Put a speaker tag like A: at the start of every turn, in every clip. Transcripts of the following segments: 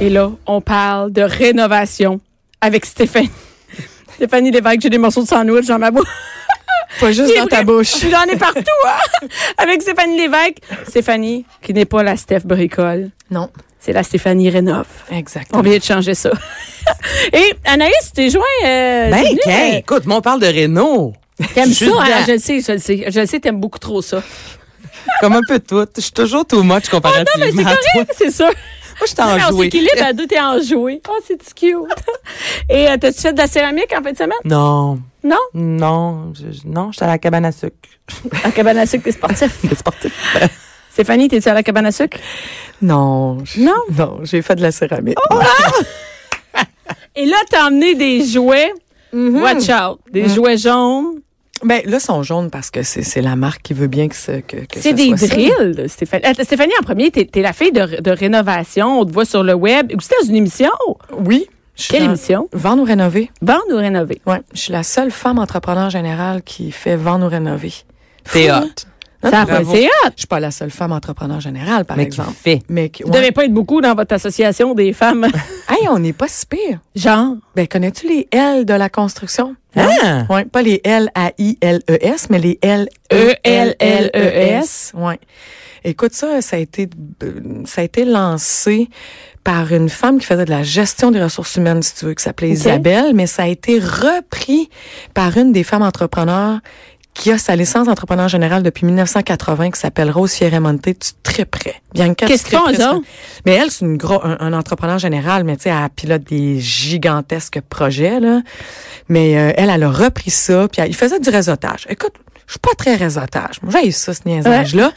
A: Et là, on parle de rénovation avec Stéphanie. Stéphanie Lévesque, j'ai des morceaux de sandwich dans ma bouche.
B: Pas juste dans ta bouche.
A: J'en ai partout, hein? Avec Stéphanie Lévesque. Stéphanie, qui n'est pas la Steph Bricole,
B: Non,
A: c'est la Stéphanie Rénov. On
B: exactement.
A: vient de changer ça. Et Anaïs, t'es joint. euh,
C: Ben,
A: t'es venue,
C: qu'un,
A: euh,
C: écoute, moi, on parle de Renault.
A: T'aimes
C: Je suis
A: ça, hein?
C: dedans.
A: Je le sais, je le sais. Je le sais, t'aimes beaucoup trop ça.
C: Comme un peu tout. Je suis toujours too much
A: Ah non, mais
C: comparativement
A: c'est
C: à toi.
A: correct, c'est sûr.
C: Moi, je suis
A: Non, mais on
C: enjouée.
A: s'équilibre à deux, t'es enjoué. Oh, c'est cute. Et euh, t'as-tu fait de la céramique en fin de semaine?
C: Non,
A: Non?
C: non, je, je- non, j'étais à la cabane à sucre.
A: À cabane à sucre, t'es sportif.
C: Des sportifs.
A: Stéphanie, t'es-tu à la cabane à sucre?
B: Non. je-
A: Non?
B: Non, j'ai fait de la céramique.
C: Oh!
A: Et là, t'as emmené des jouets. Watch out. Des jouets jaunes.
B: Ben, là, ils sont jaunes parce que c'est c'est la marque qui veut bien que, ce- que, que
A: C'est
B: ce
A: des
B: soit ça.
A: drills, Stéphanie. Attends, Stéphanie, en premier, t'es es la fille de, de rénovation. On te voit sur le web. Ou c'était dans une émission.
B: Oui. je suis
A: Quelle
B: dans-
A: émission?
B: Vendre ou rénover.
A: Vendre ou rénover?
B: Ouais, je suis la seule femme entrepreneur générale qui fait vendre ou rénover.
C: T'es
B: Fou, hein?
C: hot.
B: Non,
A: Ça a
B: bravo.
A: passé Ah, hot.
B: Je suis pas la seule femme entrepreneur générale, par
C: Mais qui
B: exemple.
C: fait.
B: Mais qui-
A: Vous
B: ouais.
A: devez pas être beaucoup dans votre association des femmes.
B: Hey, on n'est pas si pire.
A: Genre.
B: Ben, connais-tu les L de la construction?
C: Hein?
B: Ouais, pas les L-A-I-L-E-S, E mais les E
A: E
B: L-E-L-L-E-S. Ouais. Écoute, ça, ça a été, euh, ça a été lancé par une femme qui faisait de la gestion des ressources humaines, si tu veux, qui s'appelait
A: Ok.
B: Isabelle, mais ça a été repris par une des femmes entrepreneurs qui a sa licence d'entrepreneur général depuis 1980, qui s'appelle Rose Fieremonte. Tu triperais. Bianca, tu
A: Qu'est-ce qu'ils font,
B: triperais,
A: eux
B: ça.
A: autres?
B: Mais elle, c'est une gros, un, un entrepreneur général, mais tu sais, elle pilote des gigantesques projets, là. Mais euh, elle, elle a repris ça, puis elle- il faisait du réseautage. Écoute, je suis pas très réseautage. Moi, j'ai ça, ce niaisage-là.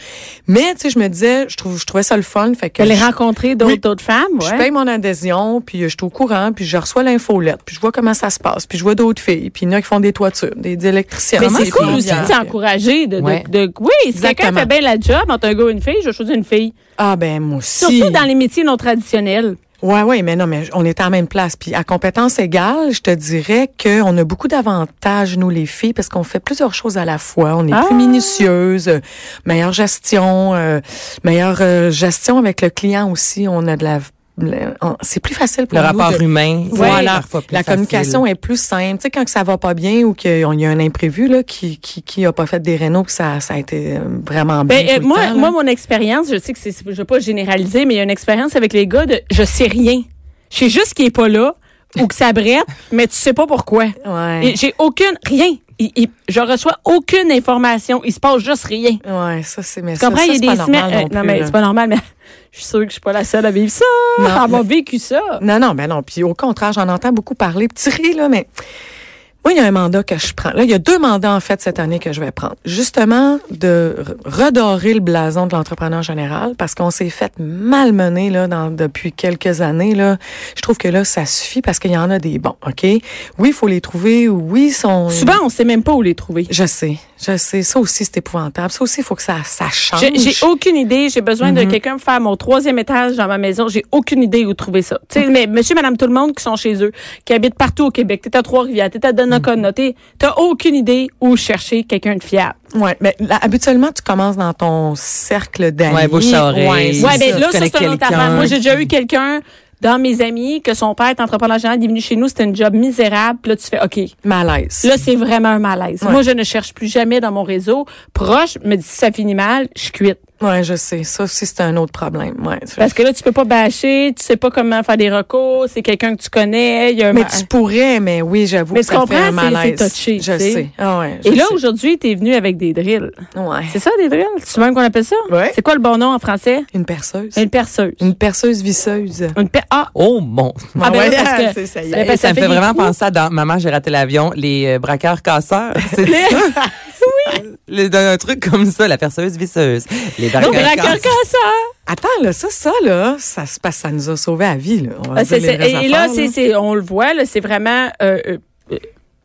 B: Mais, tu sais, je me disais, je trouve, je trouvais ça le fun, fait que...
A: les
B: je-
A: rencontrer d'autres
B: Oui.
A: d'autres femmes,
B: je
A: ouais.
B: paye mon adhésion, puis euh, je suis au courant, puis je reçois l'infolette, puis je vois comment ça se passe, puis je vois d'autres filles, puis il y en a qui font des toitures, des, des électriciens.
A: mais
B: Vraiment,
A: c'est cool
B: bien.
A: aussi de s'encourager. De, de-
C: Ouais.
A: de- oui, si quelqu'un
B: Exactement.
A: fait bien la job entre un gars et une fille, je vais choisir une fille.
B: Ah ben moi aussi.
A: Surtout dans les métiers non traditionnels.
B: Ouais, ouais, mais non, mais on est à la même place. Puis à compétence égale, je te dirais qu'on a beaucoup d'avantages, nous, les filles, parce qu'on fait plusieurs choses à la fois. On est
A: Ah!
B: plus minutieuse, euh, meilleure gestion, euh, meilleure euh, gestion avec le client aussi. On a de la... la- on- C'est plus facile pour
C: Le
B: nous
C: rapport
B: de-
C: humain. c'est
B: Voilà.
C: parfois plus
B: la
C: facile.
B: communication est plus simple. Tu sais, quand que ça va pas bien ou qu'il y a un imprévu là, qui qui qui a pas fait des rénaux, que ça ça a été euh, vraiment bien.
A: Ben, euh,
B: tout le
A: moi,
B: temps, là.
A: moi, mon expérience, je sais que c'est, je veux pas généraliser, mais il y a une expérience avec les gars de je sais rien. Je sais juste qu'il est pas là ou que ça brette, mais tu sais pas pourquoi.
B: ouais.
A: Et j'ai aucune, rien. Il- il- je reçois aucune information. Il se passe juste rien.
B: Ouais, ça c'est mais
A: Tu comprends?
B: ça, ça,
A: il
B: c'est
A: y a
B: pas
A: des
B: normal
A: semaines.
B: non
A: euh, non,
B: plus,
A: mais
B: là.
A: c'est pas normal, mais je suis sûre que je suis pas la seule à vivre ça. On
B: Non,
A: va
B: mais-
A: vécu ça.
B: Non, non, ben non. Puis au contraire, j'en entends beaucoup parler. Petit rire, là, mais moi, il y a un mandat que je prends. Là, il y a deux mandats, en fait, cette année que je vais prendre. Justement, de re- redorer le blason de l'entrepreneur général parce qu'on s'est fait malmener, là, dans- depuis quelques années, là. Je trouve que là, ça suffit parce qu'il y en a des bons, OK? Oui, il faut les trouver. Oui, ils sont...
A: Souvent, on sait même pas où les trouver.
B: Je sais, je sais. Ça aussi, c'est épouvantable. Ça aussi, il faut que ça, ça change.
A: J'ai j'ai aucune idée. J'ai besoin
C: Mm-hmm.
A: de quelqu'un pour faire mon troisième étage dans ma maison. J'ai aucune idée où trouver ça. Tu sais, mais monsieur, madame, tout le monde qui sont chez eux, qui habitent partout au Québec, t'es à Trois-Rivières, t'es à
C: Mm-hmm.
A: Donnacona, t'es- t'as aucune idée où chercher quelqu'un de fiable.
B: Ouais, mais là, habituellement, tu commences dans ton cercle d'amis.
C: Ouais, bouche à oreille.
B: c'est
A: Ouais,
C: Ouais,
A: ben
C: ça,
A: là,
C: tu
A: ça,
C: connais
A: c'est une autre
C: quelqu'un
A: affaire. Moi,
C: qui-
A: j'ai déjà eu quelqu'un dans mes amis que son père est entrepreneur général, il est venu chez nous, c'était une job misérable. Puis là, tu fais, OK,
B: malaise.
A: là, c'est vraiment un malaise.
B: Ouais.
A: Moi, je ne cherche plus jamais dans mon réseau. Proche, me dit, si ça finit mal, je quitte.
B: Ouais, je sais. Ça aussi, c'est un autre problème. Ouais.
A: Parce que là, tu peux pas bâcher, tu sais pas comment faire des recours, c'est quelqu'un que tu connais, il y a un
B: mais
A: ma-
B: tu pourrais, mais oui, j'avoue
A: Mais
B: que
A: tu
B: ça
A: comprends,
B: fait un
A: c'est-
B: malaise.
A: c'est touché,
B: Je
A: tu sais.
B: sais. Ah ouais, je
A: Et là,
B: sais.
A: aujourd'hui, t'es venu avec des drills.
B: Ouais.
A: C'est ça, des drills? C'est même qu'on appelle ça?
B: Ouais.
A: C'est quoi le bon nom en français?
B: Une perceuse.
A: Une perceuse.
B: Une perceuse visseuse.
A: Une per- ah!
C: Oh mon. Eh,
A: Ah, ben
B: ouais, hein,
A: là, parce que-
B: c'est ça y
A: Ben,
B: est.
A: parce que
C: ça me
A: fait
C: fait
A: des
C: vraiment
A: trous.
C: penser à dans Maman, j'ai raté l'avion, les euh, braqueurs casseurs. C'est ça? oui. Un truc comme ça, la perceuse visseuse. Les braqueurs
A: Donc, raconte
C: casseurs.
A: ça!
B: Attends, là, ça, ça, là, ça se passe, ça nous a sauvé la vie, là. On va
A: Ah,
B: dire
A: c'est-
B: les
A: c'est-
B: vraies
A: et, là,
B: affaires,
A: c'est- c'est- on le voit, là, c'est vraiment. euh, euh, euh,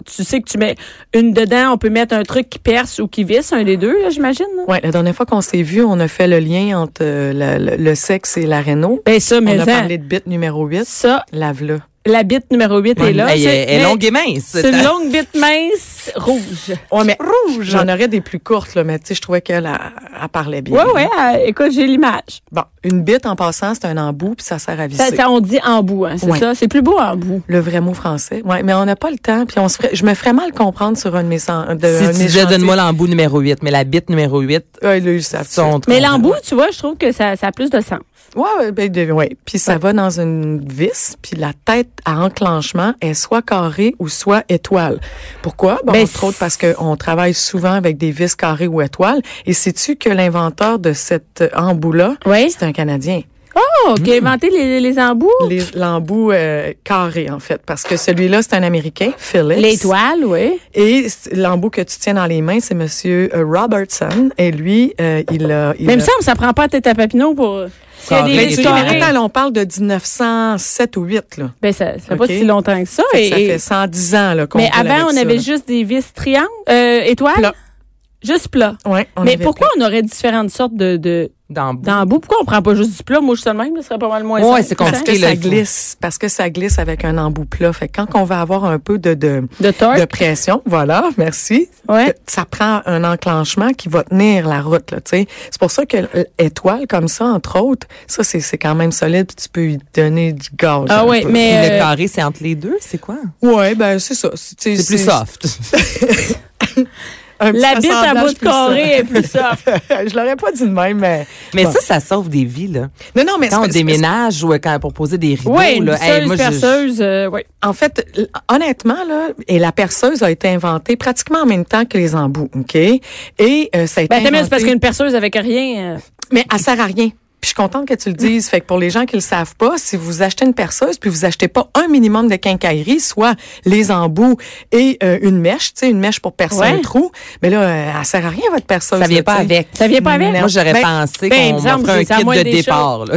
A: tu sais que tu mets une dedans, on peut mettre un truc qui perce ou qui visse, un des deux, là, j'imagine. là.
B: Ouais, la dernière fois qu'on s'est vu, on a fait le lien entre euh, la- le, le sexe et la réno.
A: Ben ça, mais
B: On a
A: ça,
B: parlé de bit numéro 8.
A: ça,
B: Lave-le.
A: la bite numéro 8 est là.
C: Elle
A: C'est-
C: est- elle est
A: mais
C: longue et mince.
A: C'est une longue bite mince rouge.
B: Ouais, mais rouge. J'en aurais des plus courtes, là, mais tu sais, je trouvais qu'elle elle- elle parlait bien.
A: Ouais, ouais, euh, écoute, j'ai l'image.
B: Bon, une bite en passant, c'est un embout, puis ça sert à
A: Ça,
B: visser.
A: ça, on dit en bout, hein, c'est
B: Ouais.
A: ça? C'est plus beau en bout.
B: Le vrai mot français. Ouais, mais on n'a pas le temps, puis on se ferait- je me ferais mal comprendre sur un de mes cent- de, un de
C: Si tu
B: mes
C: disais,
B: chantiers.
C: donne-moi l'embout numéro 8, mais la bite numéro 8,
B: Ouais, là, ils savent
C: sont
A: Mais l'embout, tu vois, je trouve que ça, ça a plus de sens.
B: Ouais, ouais, ben, de- ouais. Puis ça va dans une vis, puis la tête à enclenchement est soit carrée ou soit étoile. Pourquoi? Bon,
A: Ben,
B: entre autres parce qu'on travaille souvent avec des vis carrées ou étoiles. Et sais-tu que l'inventeur de cet euh, embout-là,
A: Oui.
B: c'est un Canadien?
A: Oh, qui a inventé les, les embouts?
B: Mm. Les- L'embout euh, carré, en fait, parce que celui-là, c'est un Américain, Phillips.
A: L'étoile, oui.
B: Et c- l'embout que tu tiens dans les mains, c'est Monsieur euh, Robertson. Et lui, euh, il a... il
A: Mais il me
B: a-
A: semble que ça prend pas la tête à papineau pour. S'il y a
C: Ah,
A: des
B: Mais tu-
C: il est
A: risques carrés,
B: attends, là, on parle de 1907 ou 8, là.
A: ben, ça, ça fait pas
B: Ok.
A: si longtemps que ça.
B: Fait que
A: et-
B: ça
A: et-
B: fait 110 ans là, qu'on
A: mais
B: roule
A: avant,
B: avec
A: on
B: ça,
A: avait
B: là.
A: juste des vis triangles, euh, étoiles.
B: Plat.
A: Juste plat.
B: Ouais, on
A: mais
B: avait
A: pourquoi on aurait différentes sortes de, de
C: d'embout.
A: d'embouts? Pourquoi on prend pas juste du plat? Moi, je suis le même, ce serait pas mal moins
C: Ouais,
A: simple,
C: c'est
B: plat.
A: hein?
B: Parce
C: compliqué,
B: que
C: là,
B: ça
C: il faut-
B: glisse, parce que ça glisse avec un embout plat. Fait que quand on va avoir un peu de, de,
A: De torque.
B: de pression, voilà, merci,
A: Ouais.
B: ça prend un enclenchement qui va tenir la route. Là, tu sais. c'est pour ça que l'étoile, comme ça, entre autres, ça, c'est, c'est quand même solide, puis tu peux y donner du gaz.
A: Ah
B: un
A: ouais,
B: peu.
C: Puis
A: mais.
C: le
A: euh,
C: carré, c'est entre les deux, c'est quoi?
B: Ouais, ben c'est ça. C'est, tu sais,
C: C'est plus soft.
B: un petit
A: La bite à
B: assemblage
A: bout de
B: plus
A: carré est plus soft.
B: soft. Je l'aurais pas dit de même, mais...
C: Mais
B: Bon.
C: ça, ça sauve des vies, là.
B: Non, non, mais...
C: Quand on
B: c'est- c'est-
C: déménage ou quand pour poser des rideaux,
A: Oui, une
C: là,
A: perceuse,
C: hey, moi, je-
A: perceuse, euh, oui.
B: En fait, l- honnêtement, là, et la perceuse a été inventée pratiquement en même temps que les embouts, OK? Et euh, ça a été
A: Ben, t'as mis,
B: inventé-
A: c'est parce qu'une perceuse avec rien. euh,
B: Mais elle sert à rien. Puis je suis contente que tu le dises. Fait que pour les gens qui le savent pas, si vous achetez une perceuse puis vous achetez pas un minimum de quincaillerie, soit les embouts et euh, une mèche, tu sais, une mèche pour percer
A: Ouais.
B: un trou, mais là, euh, elle sert à rien votre perceuse.
C: ça vient
B: là,
C: pas
B: tu sais.
C: avec. Mm-hmm.
A: Ça vient pas avec?
C: Moi, j'aurais
B: Ben,
C: pensé
A: ben, il me
C: qu'on
A: semble
C: m'offrait un
A: que c'est à
C: kit
A: moins
C: de
A: des
C: départ. là.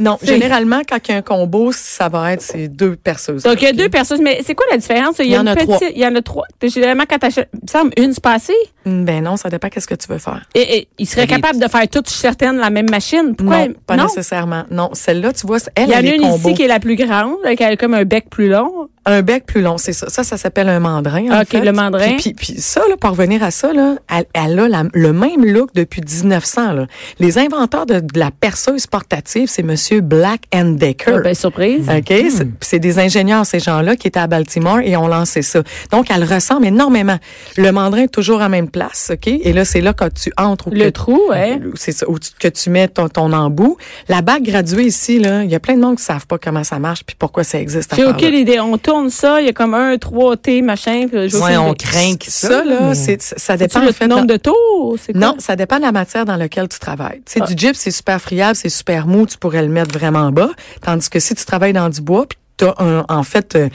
B: Non, généralement quand il y a un combo, ça va être ces deux perceuses.
A: Donc, il y a deux perceuses. Mais c'est quoi la différence? Il y, a
B: Il y en
A: une
B: a trois.
A: petite. Il y en a trois. Généralement, quand t'achètes, il me semble, une se passée.
B: Ben non, ça dépend qu'est-ce que tu veux faire.
A: Et, et il serait
C: Il y a
A: capable de faire toutes certaines la même machine. Pourquoi?
B: non, pas nécessairement. Non, celle-là, tu vois, elle
A: Il y en
B: elle
A: a
B: est
A: une
B: combo.
A: ici qui est la plus grande, là, qui a comme un bec plus long.
B: Un bec plus long, c'est ça. Ça, ça s'appelle un mandrin. en
A: Ah, Ok,
B: fait.
A: le mandrin.
B: Puis, puis, puis ça, là, pour revenir à ça, là, elle, elle a la- le même look depuis 1900. Là. Les inventeurs de, de la perceuse portative, c'est Monsieur Black and Decker.
A: Ah, ben, surprise.
B: OK? C'est- puis C'est des ingénieurs, ces gens-là, qui étaient à Baltimore et ont lancé ça. Donc, elle ressemble énormément. Le mandrin est toujours à même place, OK? Et là, c'est là que tu entres. ou
A: Le
B: que-
A: trou, ouais.
B: C'est ça, où tu- que tu mets ton, ton embout. La bague graduée ici, là, il y a plein de monde qui savent pas comment ça marche puis pourquoi ça existe.
A: J'ai
B: affaire-là.
A: aucune idée. On tourne ça, il y a comme un, trois T, machin. Puis j'ai aucune
C: Ouais, on
A: idée.
C: craint que
B: ça,
C: ça.
B: là,
C: mais-
B: c'est, ça
A: C'est-tu
B: dépend en
A: le
B: fait,
A: nombre
B: dans-
A: de tours? C'est quoi?
B: Non, ça dépend de la matière dans laquelle tu travailles. Tu sais,
A: Ah.
B: du gypse, c'est super friable, c'est super mou, tu pourrais le mettre vraiment bas. Tandis que si tu travailles dans du bois, puis t'as un, en fait, euh,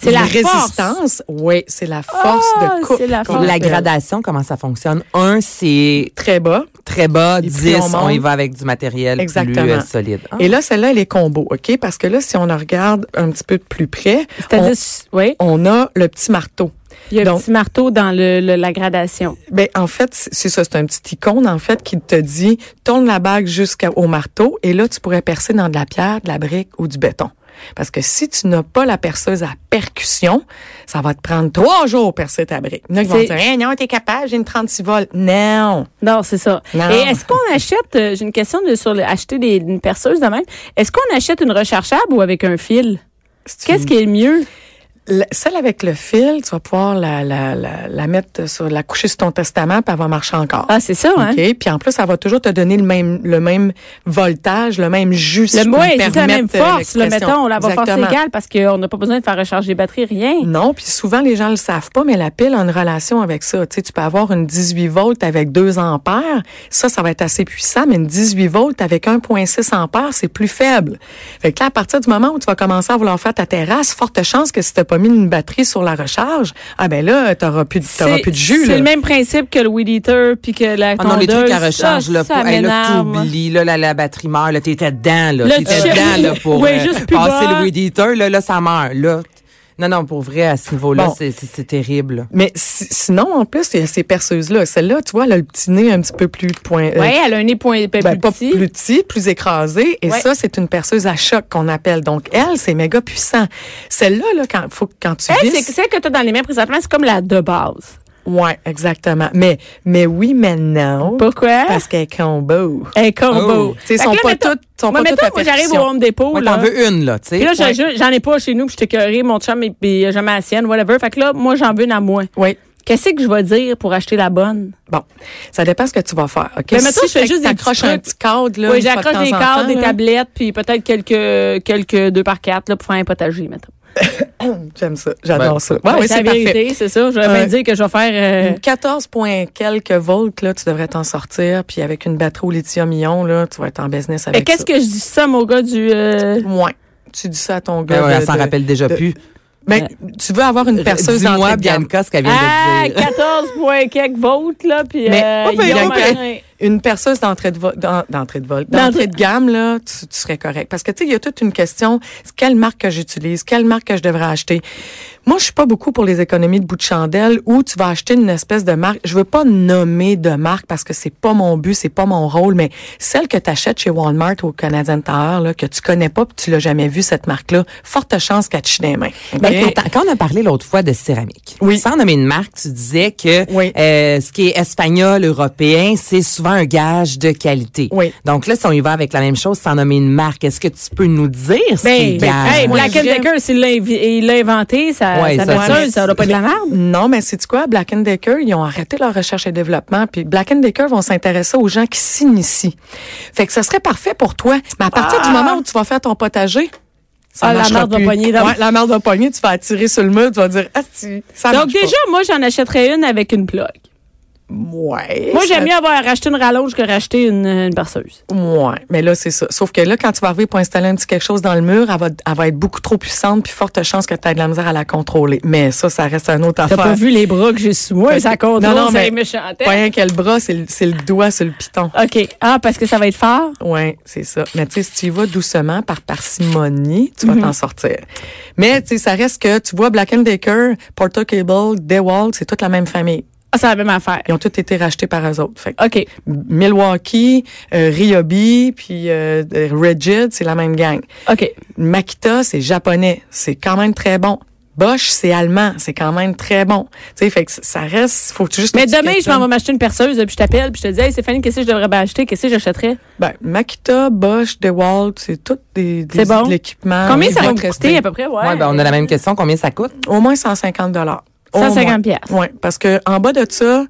A: C'est
B: une
A: la
B: résistance. Oui, c'est la force
A: Ah,
B: de coupe.
A: c'est la
B: qu'on
A: force.
C: La
B: appelle.
C: gradation, comment ça fonctionne? Un, c'est
B: Très bas.
C: très bas,
B: Et
C: 10,
B: plus on
C: on, y
B: monte.
C: va avec du matériel plus
B: Exactement.
C: euh, solide. Ah.
B: Et là, celle-là, elle est combo, OK? Parce que là, si on la regarde un petit peu de plus près,
A: C'est-à-dire, oui,
B: on a le petit marteau.
A: il y a un
B: donc-
A: petit marteau dans le, le- la gradation.
B: Ben en fait, c'est c'est ça, c'est un petit icône en fait qui te dit tourne la bague jusqu'au marteau et là tu pourrais percer dans de la pierre, de la brique ou du béton. Parce que si tu n'as pas la perceuse à percussion, ça va te prendre trois jours percer ta brique. Il y en a qui vont
A: C'est-
B: dire Hey, non, t'es capable, j'ai une 36 volts. Non.
A: Non, c'est ça.
B: Non.
A: Et est-ce qu'on achète, euh, j'ai une question de, sur le, acheter des, une perceuse de même, est-ce qu'on achète une rechargeable ou avec un fil?
B: C'est
A: Qu'est-ce qui est le mieux?
B: La- celle avec le fil, tu vas pouvoir la, la, la, la mettre sur la coucher sur ton testament, puis elle va marcher encore.
A: Ah, c'est ça, hein?
B: OK? Puis en plus, ça va toujours te donner le même, le même voltage, le même jus. si
A: Le
B: je peux
A: mot
B: me
A: est la même
B: permettre, euh,
A: force, le
B: l'expression.
A: mettons, on la va force
B: Exactement. Mm.
A: égale parce qu'on n'a pas besoin de faire recharger les batteries, rien.
B: Non, puis souvent les gens le savent pas, mais la pile a une relation avec ça. Tu sais, tu peux avoir une 18 volts avec 2 ampères, ça, ça va être assez puissant, mais une 18 volts avec 1,6 ampères, c'est plus faible. Fait que là, à partir du moment où tu vas commencer à vouloir faire ta terrasse, forte chance que si t'as pas mis une batterie sur la recharge, ah ben là, t'auras plus, de- t'auras
A: C'est-
B: plus de jus.
A: C'est
B: là.
A: le même principe que le weed eater puis que la
C: Ah non, les
A: tondeuse,
C: trucs à
A: ça,
C: recharge, là,
A: ça
C: pour, hey, là,
A: m'énerve.
C: t'oublies, là, la, la batterie meurt, là, t'étais dedans, là,
A: Le
C: t'étais
A: chip.
C: dedans, là, pour euh,
A: Ouais, juste plus
C: passer
A: bas.
C: le weed eater, là, là, ça meurt, là. Non, non, pour vrai, à ce niveau-là,
B: Bon.
C: c'est- c'est c'est terrible.
B: Mais si- sinon, en plus, il y a ces perceuses-là. Celle-là, tu vois, elle a le petit nez un petit peu plus point. euh,
A: Ouais, elle a un nez point, ben,
B: ben,
A: plus
B: pas
A: petit.
B: plus petit, plus écrasé. Et
A: Ouais.
B: ça, c'est une perceuse à choc qu'on appelle. Donc, elle, c'est méga puissant. Celle-là, là, quand, faut, que- quand tu
A: Elle, Eh, c'est
B: visses-
A: celle que t'as dans les mains présentement, c'est comme la de base.
B: Ouais, exactement. Mais, mais oui, mais non.
A: Pourquoi?
B: Parce qu'elle est combo.
A: Un combo.
C: Oh.
B: Tu sais,
A: Fait
B: sont
A: que là,
B: pas
A: mettons-
B: toutes, sont
A: Moi,
B: pas toutes
A: mettons,
B: à
A: moi, j'arrive au
B: perfection.
A: Home Depot,
C: Ouais,
A: là.
C: T'en veux une, là, tu sais.
A: Puis là, j'ai-
B: Ouais.
A: j'ai- j'en ai pas chez nous, puis j'étais curé, mon chum, et puis il a jamais la sienne, whatever. Fait que là, moi, j'en veux une à moi.
B: Oui.
A: Qu'est-ce que je vais dire pour acheter la bonne?
B: Bon, ça dépend ce que tu vas faire. OK?
A: Mais Ben, mettons,
B: si
A: je fais juste des
B: t'accroches
A: petits
B: un petit cadre, là.
A: oui,
B: une fois de
A: j'accroche
B: temps
A: des
B: en
A: cartes,
B: temps,
A: des
B: là.
A: tablettes, puis peut-être quelques, quelques deux par quatre, là, pour faire un potager, mettons.
B: J'aime ça. J'adore
C: Ben,
B: ça. Ouais, oui,
A: la
B: c'est parfait.
A: vérité, c'est ça. Je vais
B: Ouais. Mm.
A: bien dire que je vais faire, euh,
B: Une 14 point quelques volts, là, tu devrais t'en sortir. Puis avec une batterie au lithium-ion, là, tu vas être en business
A: Mais
B: avec
A: qu'est-ce que je dis ça, mon gars, du, euh,
B: ça. Moins. Tu dis ça à ton
C: Ben
B: gars.
C: ouais,
B: de-
C: elle s'en
B: de-
C: rappelle déjà
B: de-
C: plus.
B: Ben, tu veux avoir une perceuse dans
C: Dis-moi,
B: de gamme.
C: Bianca, ce qu'elle vient
A: ah,
C: de dire.
A: 14 points quelques volts, là, puis,
B: Mais-
A: euh,
B: Oh, ben,
A: ils ont
B: donc,
A: un-
B: Une perceuse d'entrée de vol, d'en- d'entrée de vol, d'entrée de gamme là, tu, tu serais correct. Parce que tu sais, il y a toute une question quelle marque que j'utilise, quelle marque que je devrais acheter. Moi, je suis pas beaucoup pour les économies de bout de chandelle où tu vas acheter une espèce de marque. Je veux pas nommer de marque parce que c'est pas mon but, c'est pas mon rôle, mais celle que tu achètes chez Walmart ou au Canadian Tower là, que tu connais pas, puis tu l'as jamais vue cette marque là, forte chance qu'elle te chie des mains.
C: Ben,
B: OK?
C: attends, quand on a parlé l'autre fois de céramique,
B: Hein? Oui.
C: sans nommer une marque, tu disais que
B: Oui.
C: euh, ce qui est espagnol, européen, c'est souvent un gage de qualité.
B: Oui.
C: Donc là, si on y va avec la même chose, sans nommer une marque, est-ce que tu peux nous dire ce qui est
A: Ben,
C: gage?
A: hey,
B: moi,
A: Black
B: j'aime-
A: Decker, s'il l'a invi- il l'a inventé, ça,
C: Ouais,
A: ça,
C: ça,
A: fait
C: ouais,
A: ça, ça doit pas être de la merde.
B: Non, mais c'est quoi Black Decker, ils ont arrêté leur recherche et développement, puis Black Decker vont s'intéresser aux gens qui s'initient. Fait que ce serait parfait pour toi, mais à partir du moment où tu vas faire ton potager, ça
A: Ah, la
B: marchera
A: marde va
B: plus.
A: pogner dans-
B: Ouais, la merde va pogner, tu vas attirer sur le mur, tu vas dire ah si, ça
A: Donc,
B: marche pas.
A: déjà, moi, j'en achèterais une avec une plug.
B: ouais.
A: Moi,
B: ça-
A: j'aime mieux avoir racheté une rallonge que racheter une, une perceuse.
B: Ouais, mais là c'est ça. Sauf que là quand tu vas arriver pour installer un petit quelque chose dans le mur, elle va, elle va être beaucoup trop puissante, puis forte chance que tu aies de la misère à la contrôler. Mais ça ça reste un autre
A: T'as
B: affaire.
A: pas vu les bras que j'ai sous moi,
B: Fait
A: ça
B: que-
A: contrôle,
B: Non, non,
A: c'est
B: mais-
A: méchanté.
B: Pas rien que le bras, c'est le- c'est le doigt sur le piton.
A: OK. Ah, parce que ça va être fort?
B: Oui, c'est ça. Mais tu sais, si tu y vas doucement, par parcimonie, tu
A: Mhm.
B: vas t'en sortir. Mais tu sais, ça reste que, tu vois, Black Decker, Porter Cable, DeWalt, c'est toute la même famille.
A: Ah, c'est la même affaire.
B: Ils ont tous été rachetés par eux autres. Fait que
A: OK.
B: Milwaukee, euh, Ryobi, puis euh, Rigid, c'est la même gang.
A: OK.
B: Makita, c'est japonais. C'est quand même très bon. Bosch, c'est allemand. C'est quand même très bon. Tu sais, fait que ça reste, faut que tu juste...
A: Mais
B: que tu
A: demain, je m'en
B: questionnes.
A: vais m'acheter une perceuse, puis je t'appelle, puis je te dis, hey, Stéphanie, qu'est-ce que je devrais bien acheter? Qu'est-ce que j'achèterais?
B: Ben, Makita, Bosch, DeWalt, c'est tout des, des
A: C'est bon.
B: de l'équipement.
A: Combien ça
B: Ils
A: va
B: vont
A: me coûter
B: te rester.
A: à peu près? Ouais.
C: Ouais, ben, on a la même question, combien ça coûte?
B: Au moins 150 dollars.
A: 150 piastres.
B: Oui, parce que en bas de ça,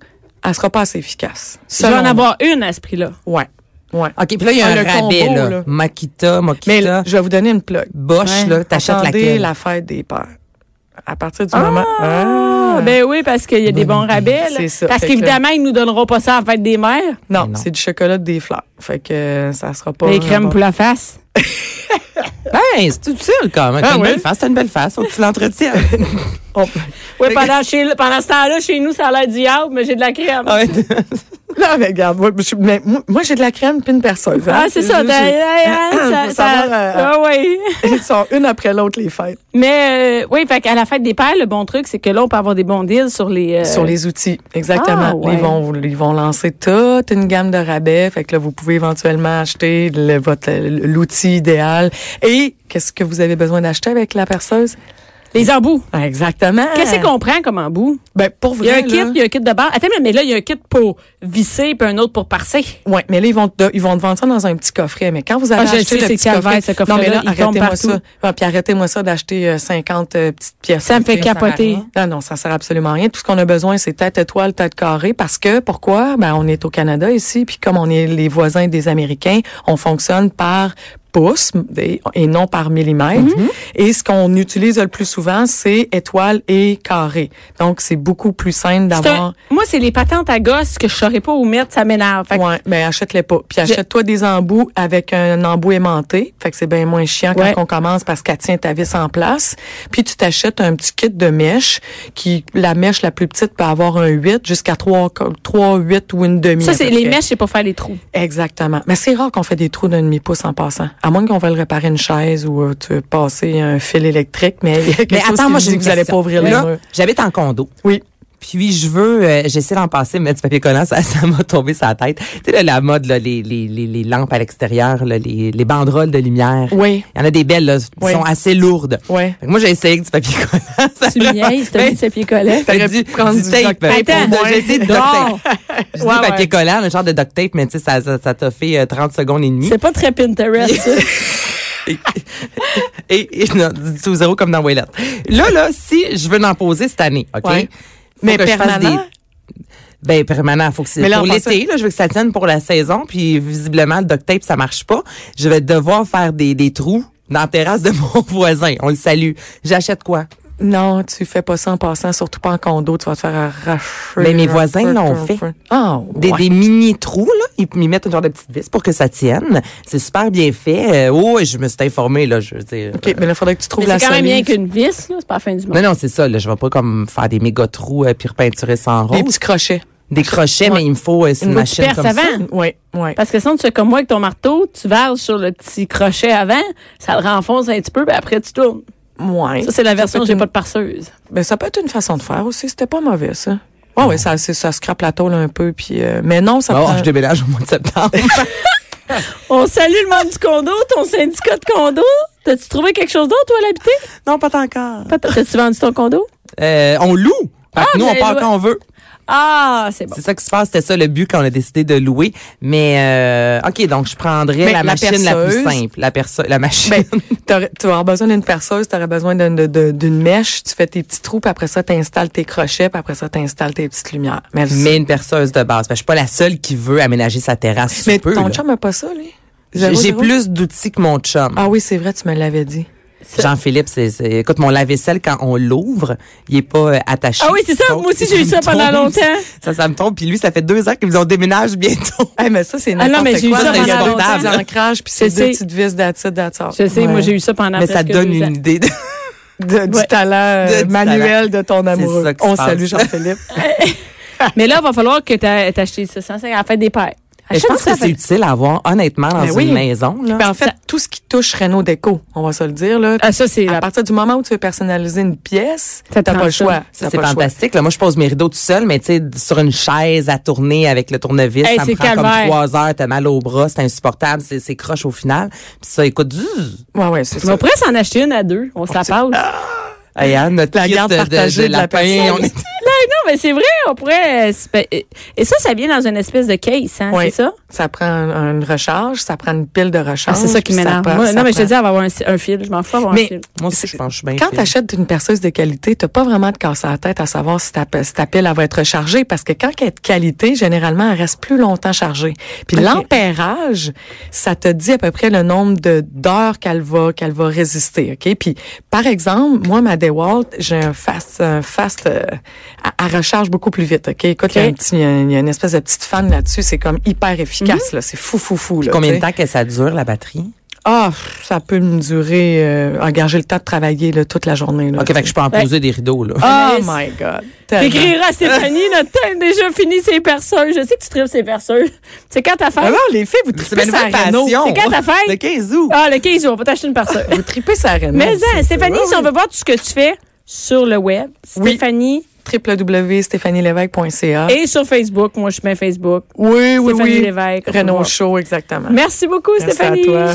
B: elle sera pas assez efficace.
A: Je vais en
B: Selon
A: avoir une à ce prix-là.
B: moi. Ouais. Ouais.
C: OK, puis là, il y a
B: Ah,
C: un
B: le
C: rabais,
B: combo,
C: là.
B: là.
C: Makita,
B: Mais
C: Makita,
B: je vais vous donner une plug.
C: Bosch,
A: Ouais.
C: là, t'achètes
B: Attendez
C: laquelle?
B: la fête des pères. À partir du moment.
A: Ah,
B: Ah!
A: ben oui, parce qu'il y a des bons rabais. là.
B: C'est ça.
A: Parce
B: Fait que-
A: qu'évidemment, ils nous donneront pas ça à la fête des mères.
B: non,
C: Mais non.
B: c'est du chocolat des fleurs. Fait que euh, ça sera pas.
A: Des crèmes pour la face.
C: Ben, c'est utile quand même.
B: Ah
C: T'as une
B: ouais?
C: belle face, t'as une belle face, faut que tu l'entretiennes.
B: Oh.
A: Oui, pendant, chez- pendant ce temps-là, chez nous, ça a l'air diable, mais j'ai de la crème.
B: Ah,
C: Ouais.
B: Non, mais regarde, moi, je suis- mais moi, moi, j'ai de la crème puis une perceuse. hein.
A: Ah, c'est ça.
B: Je-
A: t'as-
B: je-
A: hein, ça-
B: Faut
A: ça-
B: savoir, euh,
A: ah oui.
B: Ils sont une après l'autre les fêtes.
A: Mais euh, oui, fait qu'à la fête des pères, le bon truc, c'est que là, on peut avoir des bons deals sur les. euh,
B: Sur les outils, exactement.
A: Ah, ouais.
B: Ils vont ils vont lancer toute une gamme de rabais, fait que là vous pouvez éventuellement acheter le- votre l'outil idéal. Et qu'est-ce que vous avez besoin d'acheter avec la perceuse
A: les embouts.
B: Ah, Exactement.
A: Qu'est-ce qu'on prend comme embout?
B: ben pour
A: Il y
B: vrai
A: a un kit,
B: là-
A: il y a un kit de barre. Attends, mais là, il y a un kit pour visser puis un autre pour parser.
B: Ouais, mais là ils vont te, ils vont te vendre ça dans un petit coffret, mais quand vous allez
A: Ah, je
B: acheter
A: sais,
B: le
A: c'est
B: petit
A: calvaire,
B: coffret,
A: ce coffret-là,
B: non mais là
A: il tombe
B: arrêtez-moi
A: partout.
B: ça. Ouais, puis arrêtez-moi ça d'acheter euh, 50 euh, petites pièces.
A: Ça me fait
B: Ok.
C: sert à
A: capoter.
C: rien.
B: Non, non, ça sert absolument à rien. Tout ce qu'on a besoin, c'est tête étoile, tête carrée. Parce que, pourquoi? Ben, on est au Canada ici, puis comme on est les voisins des Américains, on fonctionne par pouce et, et non par
A: Mhm.
B: millimètre. Et ce qu'on utilise le plus souvent, c'est étoile et carré. Donc, c'est beaucoup plus saine
A: C'est un-
B: d'avoir.
A: Moi, c'est les patentes à gosse que je saurais pas où mettre, ça m'énerve. Fait que-
B: Ouais, ben achète-les pas. Puis achète-toi des embouts avec un embout aimanté. Fait que c'est bien moins chiant
A: Ouais.
B: quand on commence parce qu'elle tient ta vis en place. Puis tu t'achètes un petit kit de mèche qui, la mèche la plus petite peut avoir un 8 jusqu'à 3, 3, 8 ou une demi.
A: Ça,
B: à
A: c'est
B: peu
A: les
B: près.
A: mèches, c'est pour faire les trous.
B: Exactement. Mais c'est rare qu'on fait des trous d'un demi-pouce en passant. À moins qu'on veuille réparer une chaise ou euh, tu veux passer un fil électrique, mais il y a quelque
C: Mais
B: chose
C: attends,
B: qui
C: moi,
B: dit
C: j'ai une
B: que vous allez
C: question.
B: pas ouvrir les
C: Là,
B: murs.
C: J'habite en condo.
B: Oui.
C: Puis je veux, euh, j'essaie d'en passer, mais du papier collant, ça, ça m'a tombé sur la tête. Tu sais, là, la mode, là, les, les, les, les lampes à l'extérieur, là, les, les banderoles de lumière.
B: Oui.
C: Il y en a des belles, là, qui
B: Oui.
C: sont assez lourdes.
B: Ouais.
C: Fait que moi, j'ai essayé avec du papier collant. Ça
A: Tu
C: m'a-
A: niaises, t'as
C: Ben,
A: mis de papier collant.
C: T'aurais
B: T'aurais
C: du,
B: pu prendre
C: du
B: du
C: tape.
B: duct tape
A: au moins.
C: j'ai essayé du duct
A: Non.
C: tape. Je dis
A: Ouais,
C: papier
A: ouais.
C: collant, le genre de duct tape, mais tu sais, ça, ça, ça t'a fait euh, 30 secondes et demie.
A: C'est pas très Pinterest, ça.
C: Et, et non, du tout zéro comme dans Wallet. Là, là, si je veux en poser cette année, OK?
B: Ouais.
C: Faut
B: Mais
C: que je fasse
B: permanent?
C: Ben, permanent. Faut que c'est
B: Mais là,
C: pour
B: en passant-
C: l'été, là, je veux que ça tienne pour la saison. Puis, visiblement, le duct tape, ça marche pas. Je vais devoir faire des, des trous dans la terrasse de mon voisin. On le salue. J'achète quoi?
B: Non, tu fais pas ça en passant, surtout pas en condo, tu vas te faire arracher.
C: Mais mes
B: là,
C: voisins
B: peu,
C: l'ont
B: peu,
C: fait.
B: peu. Ah,
C: Des,
B: ouais.
C: des mini trous, là. Ils, ils mettent une genre de petite vis pour que ça tienne. C'est super bien fait. Euh, oh, je me suis informée, là. Je veux dire.
B: OK, mais là, faudrait que tu trouves
A: Mais
B: la
A: C'est quand même
B: solution.
A: bien qu'une vis, là. C'est pas la fin du monde.
C: Non, non, c'est ça, là. Je vais pas comme faire des méga trous, euh, puis repeinturer sans rose.
B: Des petits crochets.
C: Des crochets, mais il me faut euh, c'est une
A: Faut que tu
C: machine
A: perces
C: comme ça.
A: avant.
B: Oui, oui.
A: Parce que sinon, tu fais comme moi avec ton marteau, tu varges sur le petit crochet avant, ça le renfonce un petit peu, puis après, tu tournes.
B: Ouais.
A: Ça, c'est la version
B: peut
A: j'ai
B: être
A: pas de parseuse.
B: Mais ça peut être une façon de faire aussi, c'était pas mauvais, ça. Ouais, ouais, ça, c'est- ça scrape la tôle un peu, puis... euh, mais non, ça
C: Oh,
B: prend-
C: je déménage au mois de septembre.
A: On salue le monde du condo, ton syndicat de condo. T'as-tu trouvé quelque chose d'autre, toi, à l'habiter?
C: non, pas encore.
A: Pat- T'as-tu vendu ton condo?
C: Euh, on loue. Fait que
A: Ah,
C: nous,
A: vous
C: on
A: allez
C: part
A: louer.
C: quand on veut.
A: Ah, c'est bon.
C: C'est ça qui se passe. C'était ça le but quand on a décidé de louer. Mais, euh, OK, donc je prendrais
A: Ben,
B: Mais
C: la
B: la
C: machine la plus
B: perceuse.
C: simple. La, perce la machine.
B: Ben, t'aurais- tu vas avoir besoin d'une perceuse, tu aurais besoin d'une de- de- d'une mèche, tu fais tes petits trous, puis après ça, tu installes tes crochets, puis après ça, tu installes tes petites lumières. Mais,
C: mais une perceuse de base. Ben, je suis pas la seule qui veut aménager sa terrasse. sous
B: mais
C: peu,
B: ton
C: là.
B: chum n'a pas ça, lui?
C: J'ai
B: Zéro,
C: j'ai
B: zéro?
C: plus d'outils que mon chum.
B: Ah oui, c'est vrai, tu me l'avais dit.
C: Jean-Philippe, c'est, c'est- écoute, mon lave-vaisselle, quand on l'ouvre, il est pas euh, attaché.
A: Ah oui, c'est ça. Moi aussi, j'ai eu
C: me
A: ça pendant
C: tombe.
A: longtemps.
C: Ça, ça me tombe. Puis lui, ça fait deux ans qu'ils nous ont déménage bientôt.
B: Ah, mais ça, c'est
A: Ah non,
B: n'importe
A: mais j'ai eu
B: quoi.
C: ça
B: Il y a
C: pendant
B: deux
C: longtemps.
B: petits ancrages, puis c'est
A: Je
B: deux
A: sais.
B: petites vis d'attitude d'attitude.
A: Je sais, moi, j'ai eu ça pendant
C: Mais ça
A: presque
C: donne
A: deux ans.
C: une idée de,
B: De-
A: Ouais.
B: Du talent
C: De-
B: euh,
C: du
B: manuel de ton amoureux.
C: ça qui se
B: On
C: passe.
B: salue Jean-Philippe.
A: Mais là, il va falloir que t'a- t'achètes ça. 150 à la fête des pères.
C: Mais je
A: Achète
C: pense
A: ça
C: que
A: à la
C: c'est
A: fête-
C: utile à avoir, honnêtement, dans
B: Mais
C: une
B: oui.
C: maison. Là.
B: Ben, en fait,
A: Ça-
B: tout ce qui touche Renault Déco, on va se le dire, là.
A: Ah, ça, c'est
B: À
A: la
B: partir du moment où tu veux personnaliser une pièce,
A: Ça
B: t'as
A: te
B: pas
A: prend
B: le
A: ça.
B: choix.
C: Ça,
B: T'as
C: c'est
B: pas le choix.
C: fantastique. Là, moi, je pose mes rideaux tout seul, mais tu sais, sur une chaise à tourner avec le tournevis,
A: Hey,
C: ça me
A: c'est
C: prend
A: calvaire.
C: comme trois heures. T'as mal au bras, c'est insupportable, c'est, c'est croche au final. Puis ça, écoute, zzz.
B: Ouais, ouais,
A: Mais
B: c'est
A: on
B: ça.
A: pourrait s'en acheter une à deux. On se la passe.
C: Hey, hein, notre
B: La
C: kit
B: garde
C: de, de-
B: partagée
C: de
B: de la
C: lapin,
B: personne.
C: on est-
A: Non, mais c'est vrai, on pourrait. euh, se pa- Et et ça, ça vient dans une espèce de case, hein,
B: Ouais.
A: c'est ça?
B: Ça prend une recharge, ça prend une pile de recharge.
A: Ah, c'est ça qui
B: puis
A: m'énerve.
B: prend-
A: Moi,
B: ça
A: Non, mais je te
B: prend-
A: dis, elle va avoir un, si- un fil. Je m'en fous avoir un
B: Mais-
A: fil.
C: Moi aussi, je pense que je suis bien.
B: Quand
C: fine.
B: tu achètes une perceuse de qualité, t'as pas vraiment de casser la tête à savoir si ta, pe- si ta pile elle va être rechargée parce que quand elle est de qualité, généralement, elle reste plus longtemps chargée. Puis l'ampérage, ça te dit à peu près le nombre de d'heures qu'elle va qu'elle va résister, ok Puis par exemple, moi ma DeWalt, j'ai un fast un fast, euh, elle elle recharge beaucoup plus vite, ok Écoute, il y a
A: Ok.
B: un petit- il y, a une- il y a une espèce de petite fan là-dessus, c'est comme hyper efficace là, c'est fou fou fou là.
C: Mhm. Combien
B: tu sais.
C: de temps que ça dure, la batterie?
B: Ah, ça peut me durer, euh, engager le temps de travailler là, toute la journée. Là,
C: OK, fait que je peux en
A: Ouais.
C: poser des rideaux, là.
B: Oh
A: Alice.
B: my God. Tellement.
A: T'écriras à Stéphanie, notre thème déjà fini ses perceuses. Je sais que tu tripes ses perceuses. C'est quand ta fête.
B: Alors, les filles, vous
C: C'est
B: tripez
C: ma
B: ça
C: nouvelle
B: à Renault.
C: passion.
A: C'est quand ta fête.
C: Le 15 août.
A: Ah, le 15 jours, on va t'acheter une perceuse.
B: Vous tripez ça à Renault.
A: Mais hein,
B: c'est
A: Stéphanie,
B: ça.
A: si on veut voir tout ce que tu fais sur le web,
B: Oui.
A: Stéphanie
B: www.stéphanielevesque.ca.
A: et sur Facebook. Moi, je suis bien Facebook.
B: Oui, oui,
A: Stéphanie
B: oui.
A: Lévesque. on peut
B: Renault
A: voir.
B: Show, exactement.
A: Merci beaucoup,
B: Merci à
A: Stéphanie.
B: toi.